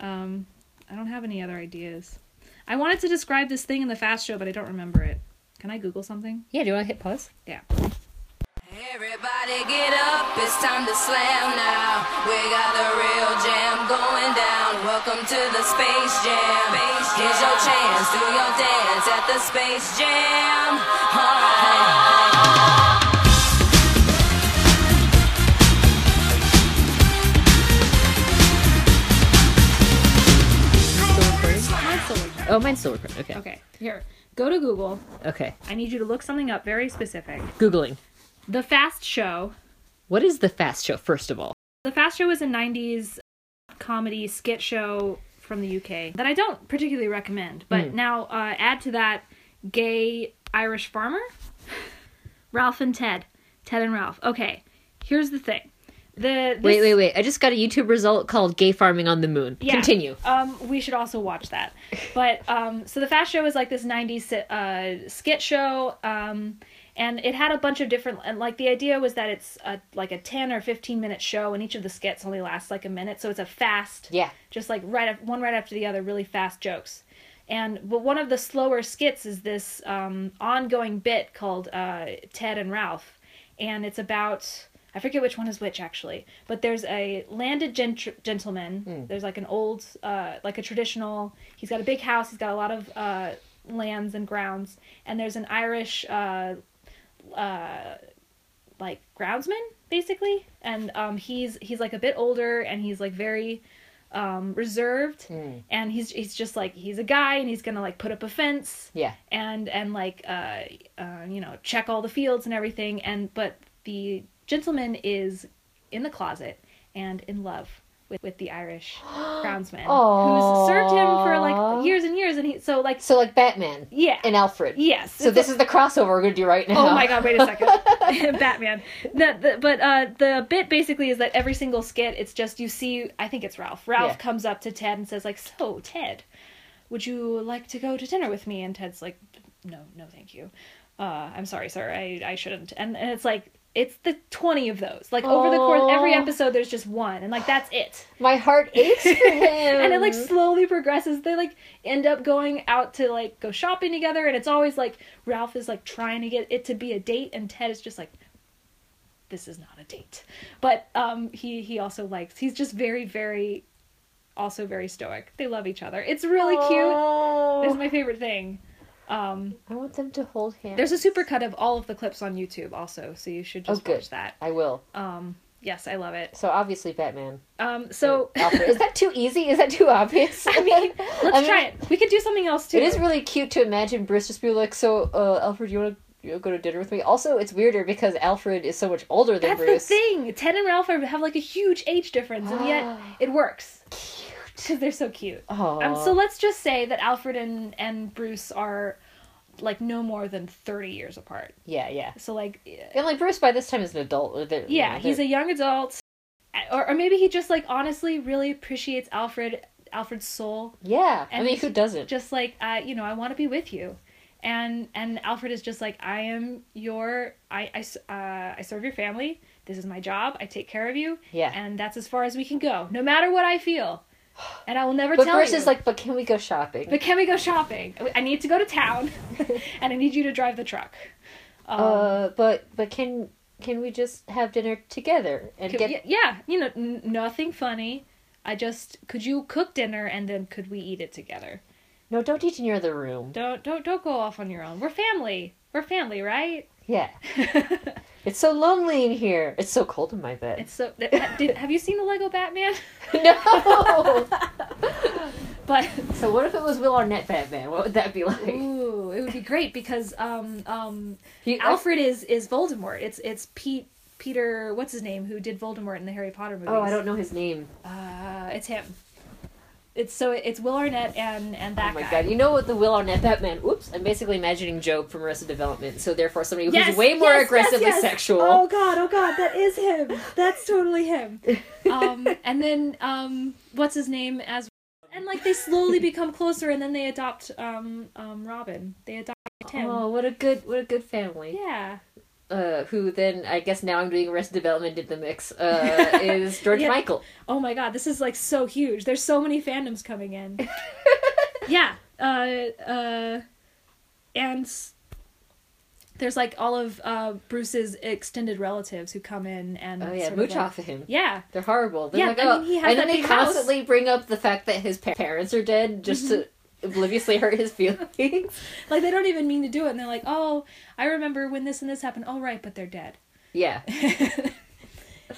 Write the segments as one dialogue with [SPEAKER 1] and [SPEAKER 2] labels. [SPEAKER 1] Um, I don't have any other ideas. I wanted to describe this thing in the fast show, but I don't remember it. Can I Google something?
[SPEAKER 2] Yeah, do you want to hit pause?
[SPEAKER 1] Yeah.
[SPEAKER 3] Everybody get up, it's time to slam now. We got the real jam going down. Welcome to the Space Jam. Here's your chance, do your dance at the Space Jam. Alright.
[SPEAKER 2] Still recording?
[SPEAKER 1] Mine's still working.
[SPEAKER 2] Oh, mine's still recording. Okay.
[SPEAKER 1] Okay, here. Go to Google.
[SPEAKER 2] Okay.
[SPEAKER 1] I need you to look something up very specific.
[SPEAKER 2] Googling.
[SPEAKER 1] The Fast Show.
[SPEAKER 2] What is the fast show, first of all?
[SPEAKER 1] The Fast Show was a 90s comedy skit show from the UK that I don't particularly recommend. But
[SPEAKER 2] Hmm.
[SPEAKER 1] now uh, add to that gay Irish farmer, Ralph and Ted. Ted and Ralph. Okay, here's the thing. The this-
[SPEAKER 2] Wait, wait, wait. I just got a YouTube result called Gay Farming on the Moon.
[SPEAKER 1] Yeah.
[SPEAKER 2] Continue.
[SPEAKER 1] Um, we should also watch that. But um, so the Fast Show is like this '90s sit- uh, skit show, um, and it had a bunch of different. And like the idea was that it's a, like a 10 or 15 minute show, and each of the skits only lasts like a minute, so it's a fast.
[SPEAKER 2] Yeah.
[SPEAKER 1] Just like right af- one right after the other, really fast jokes. And but one of the slower skits is this um, ongoing bit called uh, Ted and Ralph, and it's about I forget which one is which actually, but there's a landed gent- gentleman. There's like an old, uh, like a traditional. He's got a big house. He's got a lot of uh, lands and grounds, and there's an Irish, uh, uh, like groundsman basically, and um, he's he's like a bit older, and he's like very um, reserved,
[SPEAKER 2] Hmm.
[SPEAKER 1] and he's he's just like he's a guy, and he's gonna like put up a fence,
[SPEAKER 2] Yeah.
[SPEAKER 1] and and like uh, uh you know check all the fields and everything and but the gentleman is in the closet and in love with, with the irish groundsman who's served him for
[SPEAKER 2] Aw.
[SPEAKER 1] like years and years and he so like
[SPEAKER 2] So, like Batman
[SPEAKER 1] yeah
[SPEAKER 2] and Alfred.
[SPEAKER 1] yes
[SPEAKER 2] So,
[SPEAKER 1] It's
[SPEAKER 2] this is the crossover we're going to do right now.
[SPEAKER 1] Oh my god, wait a second. Batman. The, the, but uh, the bit basically is that every single skit, it's just you see, I think it's Ralph. Ralph
[SPEAKER 2] Yeah.
[SPEAKER 1] comes up to Ted and says, like, So, Ted, would you like to go to dinner with me? And Ted's like, No, no, thank you. Uh, I'm sorry, sir. I, I shouldn't. And, and it's like, it's the 20 of those. Like, over the course, every
[SPEAKER 2] Aw.
[SPEAKER 1] episode, there's just one. And, like, that's it
[SPEAKER 2] My heart aches for him.
[SPEAKER 1] and it like
[SPEAKER 2] Mm-hmm.
[SPEAKER 1] slowly progresses. They like end up going out to like go shopping together, and it's always like Ralph is like trying to get it to be a date, and Ted is just like, "This is not a date." But um, he he also likes. He's just very very, also very stoic. They love each other. It's really cute. This is
[SPEAKER 2] cute.
[SPEAKER 1] my favorite thing. Um,
[SPEAKER 2] I want them to hold hands.
[SPEAKER 1] there's a supercut of all of the clips on YouTube also, so you should
[SPEAKER 2] Oh,
[SPEAKER 1] just
[SPEAKER 2] good.
[SPEAKER 1] watch that.
[SPEAKER 2] I will.
[SPEAKER 1] Um, yes, I love it.
[SPEAKER 2] So, obviously, Batman.
[SPEAKER 1] Um, so
[SPEAKER 2] Alfred. Is that too easy? Is that too obvious? I mean,
[SPEAKER 1] let's try it. We could do something else too.
[SPEAKER 2] It is really cute to imagine Bruce just be like, "So, uh, Alfred, you want to go to dinner with me?" Also, it's weirder because Alfred is so much older than
[SPEAKER 1] That's
[SPEAKER 2] Bruce.
[SPEAKER 1] the thing. Ted and Ralph are, have like a huge age difference, and yet it works because they're so cute.
[SPEAKER 2] Oh,
[SPEAKER 1] Um, so let's just say that Alfred and, and Bruce are like no more than thirty years apart.
[SPEAKER 2] yeah, yeah.
[SPEAKER 1] So like, yeah,
[SPEAKER 2] And like Bruce by this time is an adult. or they're- they're-
[SPEAKER 1] he's a young adult, or, or maybe he just like honestly really appreciates Alfred Alfred's soul.
[SPEAKER 2] yeah. I
[SPEAKER 1] and
[SPEAKER 2] mean, who doesn't?
[SPEAKER 1] Just like uh, you know, I want to be with you. And and Alfred is just like I am your I I s- uh, I serve your family. This is my job. I take care of you.
[SPEAKER 2] Yeah.
[SPEAKER 1] And that's as far as we can go, no matter what I feel. And I will never
[SPEAKER 2] But
[SPEAKER 1] tell
[SPEAKER 2] Bruce
[SPEAKER 1] you.
[SPEAKER 2] is like, "But can we go shopping?"
[SPEAKER 1] but can we go shopping? I need to go to town, and I need you to drive the truck. Um,
[SPEAKER 2] uh, but but can can we just have dinner together and
[SPEAKER 1] could-
[SPEAKER 2] get?
[SPEAKER 1] y- yeah, you know, n- nothing funny. I just could you cook dinner and then could we eat it together?
[SPEAKER 2] No, don't eat in your other room.
[SPEAKER 1] Don't don't don't go off on your own. We're family. We're family, right?
[SPEAKER 2] Yeah, it's so lonely in here. It's so cold in my bed.
[SPEAKER 1] It's so. th- ha- Did, have you seen the Lego Batman?
[SPEAKER 2] no.
[SPEAKER 1] But
[SPEAKER 2] so what if it was Will Arnett Batman? What would that be like?
[SPEAKER 1] ooh, it would be great because um um
[SPEAKER 2] He-
[SPEAKER 1] Alfred is is Voldemort. It's it's Pete Peter what's his name who did Voldemort in the Harry Potter movies.
[SPEAKER 2] Oh, I don't know his name.
[SPEAKER 1] Uh, it's him. It's so it's Will Arnett and and that
[SPEAKER 2] oh my
[SPEAKER 1] guy.
[SPEAKER 2] god! You know what the Will Arnett Batman? Oops! I'm basically imagining Joe from Arrested Development. So therefore, somebody
[SPEAKER 1] Yes,
[SPEAKER 2] who's way more
[SPEAKER 1] yes, yes,
[SPEAKER 2] aggressively
[SPEAKER 1] yes.
[SPEAKER 2] sexual.
[SPEAKER 1] Oh god, oh god, that is him. That's totally him. Um, and then um, what's his name as and like they slowly become closer and then they adopt um um Robin. They adopt Tim.
[SPEAKER 2] Oh, what a good, what a good family.
[SPEAKER 1] Yeah.
[SPEAKER 2] uh, who then I guess now I'm doing Arrested Development did the mix, uh, is George
[SPEAKER 1] Yeah.
[SPEAKER 2] Michael.
[SPEAKER 1] Oh my god, this is like so huge. There's so many fandoms coming in. yeah. Uh uh and there's like all of uh Bruce's extended relatives who come in and
[SPEAKER 2] Oh yeah,
[SPEAKER 1] sort of,
[SPEAKER 2] mooch
[SPEAKER 1] like-
[SPEAKER 2] off of him.
[SPEAKER 1] Yeah.
[SPEAKER 2] They're horrible. They're
[SPEAKER 1] Yeah,
[SPEAKER 2] like,
[SPEAKER 1] I
[SPEAKER 2] oh.
[SPEAKER 1] mean, he has
[SPEAKER 2] and
[SPEAKER 1] that
[SPEAKER 2] then they
[SPEAKER 1] big house.
[SPEAKER 2] constantly bring up the fact that his pa- parents are dead just
[SPEAKER 1] Mm-hmm.
[SPEAKER 2] to obliviously hurt his feelings.
[SPEAKER 1] Like they don't even mean to do it and they're like, "Oh, I remember when this and this happened." All right, but they're dead.
[SPEAKER 2] yeah.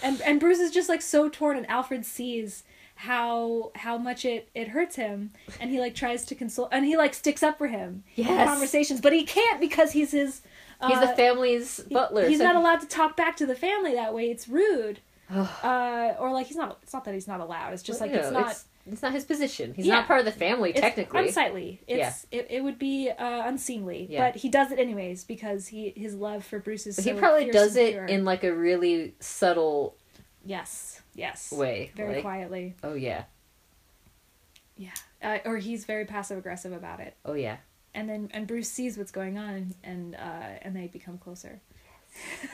[SPEAKER 1] and and Bruce is just like so torn, and Alfred sees how how much it it hurts him, and he like tries to console, and he like sticks up for him in
[SPEAKER 2] Yes.
[SPEAKER 1] conversations, but he can't because he's his. Uh,
[SPEAKER 2] He's the family's butler.
[SPEAKER 1] He's
[SPEAKER 2] so
[SPEAKER 1] not
[SPEAKER 2] he-
[SPEAKER 1] allowed to talk back to the family that way. It's rude. uh, or like he's not. It's not that he's not allowed. It's just like
[SPEAKER 2] you
[SPEAKER 1] it's
[SPEAKER 2] know,
[SPEAKER 1] not.
[SPEAKER 2] It's, it's not his position. He's
[SPEAKER 1] Yeah.
[SPEAKER 2] not part of the family,
[SPEAKER 1] it's
[SPEAKER 2] technically.
[SPEAKER 1] unsightly. It's it, it would be uh, unseemly,
[SPEAKER 2] Yeah.
[SPEAKER 1] but he does it anyways because he his love for Bruce is.
[SPEAKER 2] But he
[SPEAKER 1] so
[SPEAKER 2] probably
[SPEAKER 1] fierce
[SPEAKER 2] does
[SPEAKER 1] and
[SPEAKER 2] it
[SPEAKER 1] pure.
[SPEAKER 2] in like a really subtle
[SPEAKER 1] yes, yes,
[SPEAKER 2] way.
[SPEAKER 1] very
[SPEAKER 2] like,
[SPEAKER 1] quietly.
[SPEAKER 2] Oh yeah.
[SPEAKER 1] Yeah, uh, or he's very passive aggressive about it,
[SPEAKER 2] Oh yeah.
[SPEAKER 1] and then and Bruce sees what's going on, and uh, and they become closer.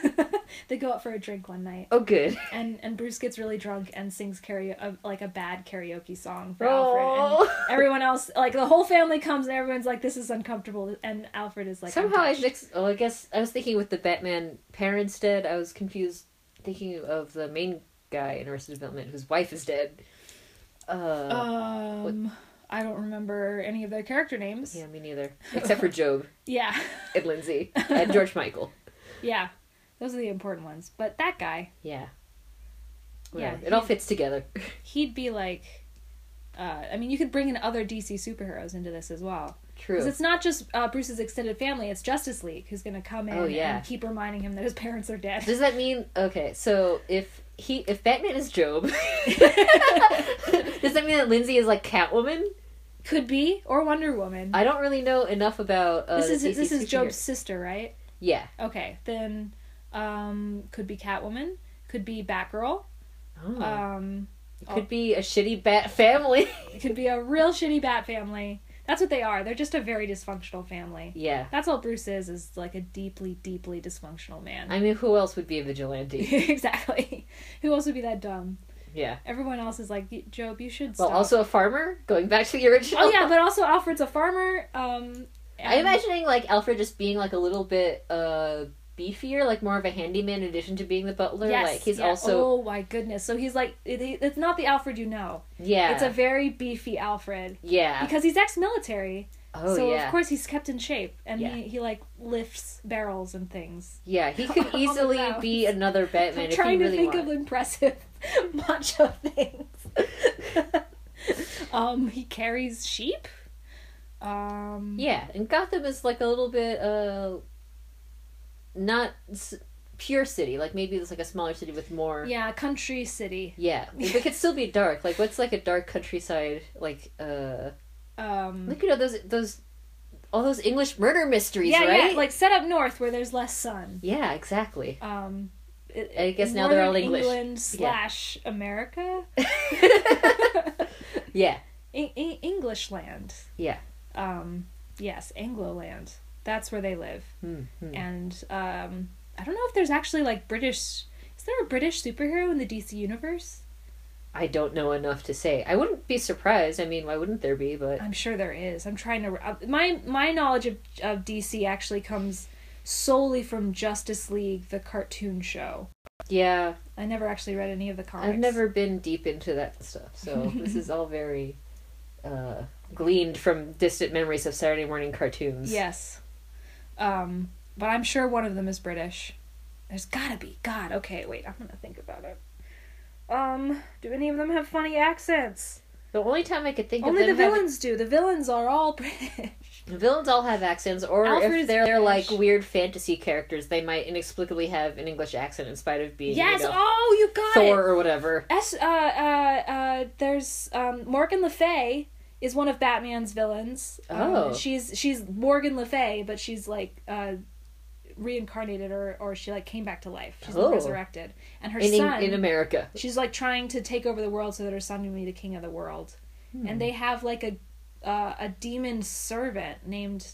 [SPEAKER 1] they go out for a drink one night,
[SPEAKER 2] Oh good.
[SPEAKER 1] and and Bruce gets really drunk and sings karaoke uh, like a bad karaoke song for Alfred.
[SPEAKER 2] Oh.
[SPEAKER 1] And everyone else, like the whole family, comes and everyone's like, "This is uncomfortable," and Alfred is like,
[SPEAKER 2] Somehow I
[SPEAKER 1] untouched.
[SPEAKER 2] mixed. Oh, I guess I was thinking with the Batman parents dead. I was confused thinking of the main guy in Arrested Development whose wife is dead. Uh,
[SPEAKER 1] um." I don't remember any of their character names.
[SPEAKER 2] yeah, me neither. Except for Job
[SPEAKER 1] yeah.
[SPEAKER 2] and Lindsay and George Michael.
[SPEAKER 1] Yeah. Those are the important ones. But that guy,
[SPEAKER 2] Yeah.
[SPEAKER 1] Yeah,
[SPEAKER 2] Whatever. it all
[SPEAKER 1] he-
[SPEAKER 2] fits together.
[SPEAKER 1] he'd be like uh, I mean, you could bring in other DC superheroes into this as well.
[SPEAKER 2] True.
[SPEAKER 1] Because it's not just uh, Bruce's extended family, it's Justice League who's going to come in
[SPEAKER 2] Oh, yeah.
[SPEAKER 1] and keep reminding him that his parents are dead.
[SPEAKER 2] Does that mean okay? So if he if Batman is Job, does that mean that Lindsay is like Catwoman?
[SPEAKER 1] Could be, or Wonder Woman.
[SPEAKER 2] I don't really know enough about. Uh,
[SPEAKER 1] this
[SPEAKER 2] the
[SPEAKER 1] is
[SPEAKER 2] DC
[SPEAKER 1] this is
[SPEAKER 2] superhero-
[SPEAKER 1] Job's sister, right?
[SPEAKER 2] Yeah.
[SPEAKER 1] Okay, then um, could be Catwoman, could be Batgirl,
[SPEAKER 2] Oh.
[SPEAKER 1] um,
[SPEAKER 2] It could be a shitty bat family.
[SPEAKER 1] it could be a real shitty Bat family. That's what they are. They're just a very dysfunctional family.
[SPEAKER 2] yeah.
[SPEAKER 1] That's all Bruce is, is like a deeply, deeply dysfunctional man.
[SPEAKER 2] I mean, who else would be a vigilante?
[SPEAKER 1] exactly. Who else would be that dumb?
[SPEAKER 2] Yeah.
[SPEAKER 1] Everyone else is like, "Y- Job, you should
[SPEAKER 2] Well,
[SPEAKER 1] stop.
[SPEAKER 2] also a farmer. Going back to the original.
[SPEAKER 1] oh, yeah, but also Alfred's a farmer. Um,
[SPEAKER 2] I'm
[SPEAKER 1] and-
[SPEAKER 2] imagining like Alfred just being like a little bit uh beefier, like more of a handyman in addition to being the butler.
[SPEAKER 1] Yes,
[SPEAKER 2] like he's
[SPEAKER 1] yeah.
[SPEAKER 2] also
[SPEAKER 1] Oh my goodness! So he's like, it, it- it's not the Alfred you know.
[SPEAKER 2] yeah.
[SPEAKER 1] It's a very beefy Alfred
[SPEAKER 2] yeah.
[SPEAKER 1] because he's ex-military.
[SPEAKER 2] oh
[SPEAKER 1] so
[SPEAKER 2] yeah.
[SPEAKER 1] of course he's kept in shape, and
[SPEAKER 2] Yeah.
[SPEAKER 1] he, he like lifts barrels and things.
[SPEAKER 2] yeah, he could
[SPEAKER 1] on the
[SPEAKER 2] easily
[SPEAKER 1] ground.
[SPEAKER 2] be another Batman
[SPEAKER 1] I'm
[SPEAKER 2] if
[SPEAKER 1] trying
[SPEAKER 2] he really
[SPEAKER 1] to think
[SPEAKER 2] wanted.
[SPEAKER 1] of impressive macho things. um, he carries sheep. Um,
[SPEAKER 2] Yeah, and Gotham is like a little bit uh not s- pure city. Like maybe it's like a smaller city with more
[SPEAKER 1] yeah, country city.
[SPEAKER 2] Yeah, but it could still be dark. Like, what's like a dark countryside? Like, uh,
[SPEAKER 1] Um,
[SPEAKER 2] look at all those those all those English murder mysteries,
[SPEAKER 1] yeah,
[SPEAKER 2] right?
[SPEAKER 1] yeah, like set up north where there's less sun.
[SPEAKER 2] yeah, exactly.
[SPEAKER 1] Um, it-
[SPEAKER 2] I guess
[SPEAKER 1] in
[SPEAKER 2] now they're all
[SPEAKER 1] northern
[SPEAKER 2] English.
[SPEAKER 1] England slash America,
[SPEAKER 2] Yeah,
[SPEAKER 1] E- E- English land.
[SPEAKER 2] yeah.
[SPEAKER 1] Um, yes, Anglo land. That's where they live.
[SPEAKER 2] Hmm, hmm.
[SPEAKER 1] And um, I don't know if there's actually like British. Is there a British superhero in the DC universe?
[SPEAKER 2] I don't know enough to say. I wouldn't be surprised. I mean, why wouldn't there be? But
[SPEAKER 1] I'm sure there is. I'm trying to. uh, My my knowledge of of DC actually comes solely from Justice League, the cartoon show.
[SPEAKER 2] yeah,
[SPEAKER 1] I never actually read any of the comics.
[SPEAKER 2] I've never been deep into that stuff, so this is all very uh, gleaned from distant memories of Saturday morning cartoons.
[SPEAKER 1] Yes. Um, but I'm sure one of them is British. There's gotta be. God, okay, wait, I'm gonna think about it. Um, do any of them have funny accents?
[SPEAKER 2] The only time I could think
[SPEAKER 1] Only
[SPEAKER 2] of
[SPEAKER 1] the
[SPEAKER 2] them having-
[SPEAKER 1] villains do. The villains are all British.
[SPEAKER 2] The villains all have accents, or
[SPEAKER 1] Alfred's
[SPEAKER 2] if they're they're
[SPEAKER 1] British.
[SPEAKER 2] like weird fantasy characters, they might inexplicably have an English accent in spite of being
[SPEAKER 1] yes,
[SPEAKER 2] you know,
[SPEAKER 1] oh, you got
[SPEAKER 2] Thor
[SPEAKER 1] it!
[SPEAKER 2] or whatever.
[SPEAKER 1] S, uh, uh, uh, there's, um, Morgan Le Fay is one of Batman's villains. Um,
[SPEAKER 2] Oh.
[SPEAKER 1] she's, she's Morgan Le Fay, but she's, like, uh, reincarnated or, or she, like, came back to life. She's been
[SPEAKER 2] Oh.
[SPEAKER 1] resurrected. And her
[SPEAKER 2] In, Eng-
[SPEAKER 1] son...
[SPEAKER 2] in America,
[SPEAKER 1] she's like trying to take over the world so that her son can be the king of the world and they have like a uh, a demon servant named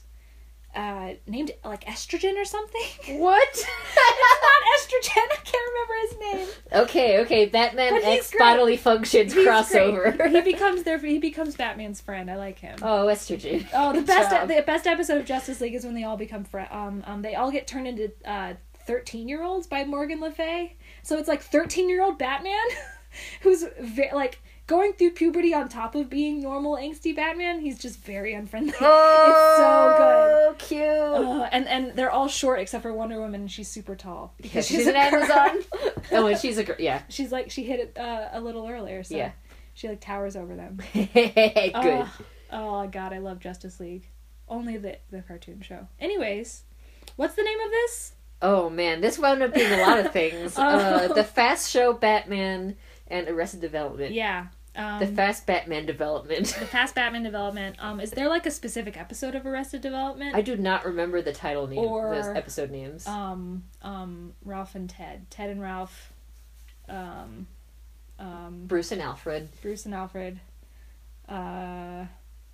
[SPEAKER 1] uh, named like estrogen or something.
[SPEAKER 2] What?
[SPEAKER 1] it's not estrogen. I can't remember his name.
[SPEAKER 2] okay, okay. Batman
[SPEAKER 1] But he's
[SPEAKER 2] X bodily functions
[SPEAKER 1] He's great. He
[SPEAKER 2] crossover.
[SPEAKER 1] becomes their he becomes Batman's friend. I like him.
[SPEAKER 2] oh, estrogen.
[SPEAKER 1] Oh, the
[SPEAKER 2] Good
[SPEAKER 1] best
[SPEAKER 2] job.
[SPEAKER 1] the best episode of Justice League is when they all become fri um um they all get turned into uh 13 year olds by Morgan Le Fay. So it's like 13 year old Batman who's ve- like going through puberty on top of being normal angsty Batman. He's just very unfriendly. it's so good.
[SPEAKER 2] It's so Oh, cute.
[SPEAKER 1] Uh, and and they're all short except for Wonder Woman. and She's super tall
[SPEAKER 2] Yeah,
[SPEAKER 1] because
[SPEAKER 2] she's,
[SPEAKER 1] she's,
[SPEAKER 2] an
[SPEAKER 1] a girl.
[SPEAKER 2] Amazon. oh, and she's a girl. Yeah.
[SPEAKER 1] She's like she hit it uh, a little earlier, so
[SPEAKER 2] Yeah.
[SPEAKER 1] she like towers over them.
[SPEAKER 2] Good.
[SPEAKER 1] Oh, oh god, I love Justice League. Only the the cartoon show. Anyways, what's the name of this?
[SPEAKER 2] Oh man, this wound up being a lot of things.
[SPEAKER 1] Oh.
[SPEAKER 2] uh, the Fast Show Batman and Arrested Development.
[SPEAKER 1] Yeah. Um,
[SPEAKER 2] The Fast Batman Development.
[SPEAKER 1] the Fast Batman development. Um, is there like a specific episode of Arrested Development?
[SPEAKER 2] I do not remember the title name,
[SPEAKER 1] Or-
[SPEAKER 2] those episode names.
[SPEAKER 1] um, um, Ralph and Ted. Ted and Ralph. Um, um,
[SPEAKER 2] Bruce and Alfred.
[SPEAKER 1] Bruce and Alfred. Uh,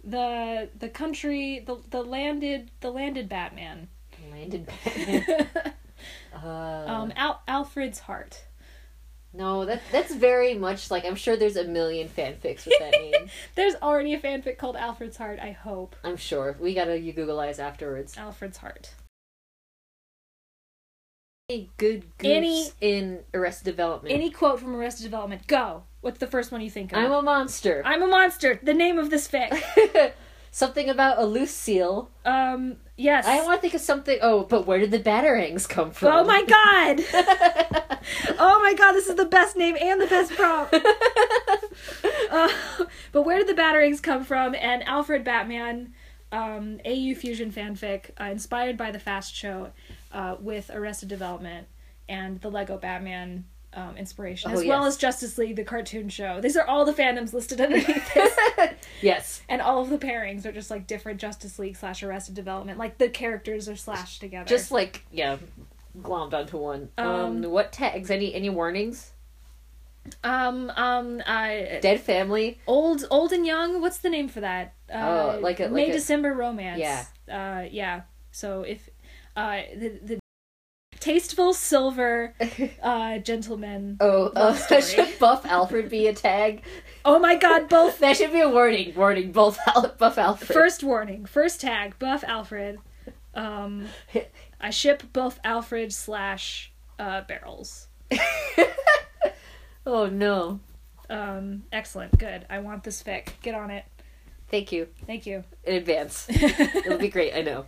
[SPEAKER 1] the the country the the landed the landed Batman.
[SPEAKER 2] Landed Batman. uh,
[SPEAKER 1] um, Al- Alfred's heart.
[SPEAKER 2] no, that that's very much like I'm sure there's a million fanfics with that name.
[SPEAKER 1] There's already a fanfic called Alfred's heart. I hope.
[SPEAKER 2] I'm sure. We gotta you Googleize afterwards.
[SPEAKER 1] Alfred's heart.
[SPEAKER 2] Any good goofs
[SPEAKER 1] Any-
[SPEAKER 2] in Arrested Development?
[SPEAKER 1] Any quote from Arrested Development? Go. What's the first one you think of?
[SPEAKER 2] I'm a monster.
[SPEAKER 1] I'm a monster. The name of this fic.
[SPEAKER 2] Something about a loose seal.
[SPEAKER 1] Um. Yes.
[SPEAKER 2] I want to think of something. Oh, but where did the batarangs come from?
[SPEAKER 1] Oh my god! oh my god! This is the best name and the best prompt. Uh, but where did the batterings come from? And Alfred Batman, um, AU fusion fanfic uh, inspired by the Fast Show, uh, with Arrested Development and the Lego Batman um, inspiration,
[SPEAKER 2] Oh,
[SPEAKER 1] as well
[SPEAKER 2] yes.
[SPEAKER 1] as Justice League the cartoon show. These are all the fandoms listed underneath this,
[SPEAKER 2] yes.
[SPEAKER 1] and all of the pairings are just like different Justice League slash Arrested Development. Like the characters are slashed together.
[SPEAKER 2] Just like yeah, glommed onto one. Um,
[SPEAKER 1] Um,
[SPEAKER 2] what tags? Any any warnings?
[SPEAKER 1] um um uh,
[SPEAKER 2] Dead family.
[SPEAKER 1] old old and young what's the name for that uh,
[SPEAKER 2] Oh, like a- like
[SPEAKER 1] may
[SPEAKER 2] a-
[SPEAKER 1] december romance
[SPEAKER 2] Yeah.
[SPEAKER 1] uh yeah so if uh the, the tasteful silver uh gentleman
[SPEAKER 2] Oh, uh,
[SPEAKER 1] Love story.
[SPEAKER 2] should buff Alfred be a tag?
[SPEAKER 1] oh my god both
[SPEAKER 2] That should be a warning. Warning. Both Al- buff Alfred.
[SPEAKER 1] first warning first tag buff alfred um i ship both alfred slash uh barrels
[SPEAKER 2] Oh no.
[SPEAKER 1] um excellent good i want this fic get on it
[SPEAKER 2] Thank you
[SPEAKER 1] thank you
[SPEAKER 2] in advance. It'll be great. I know.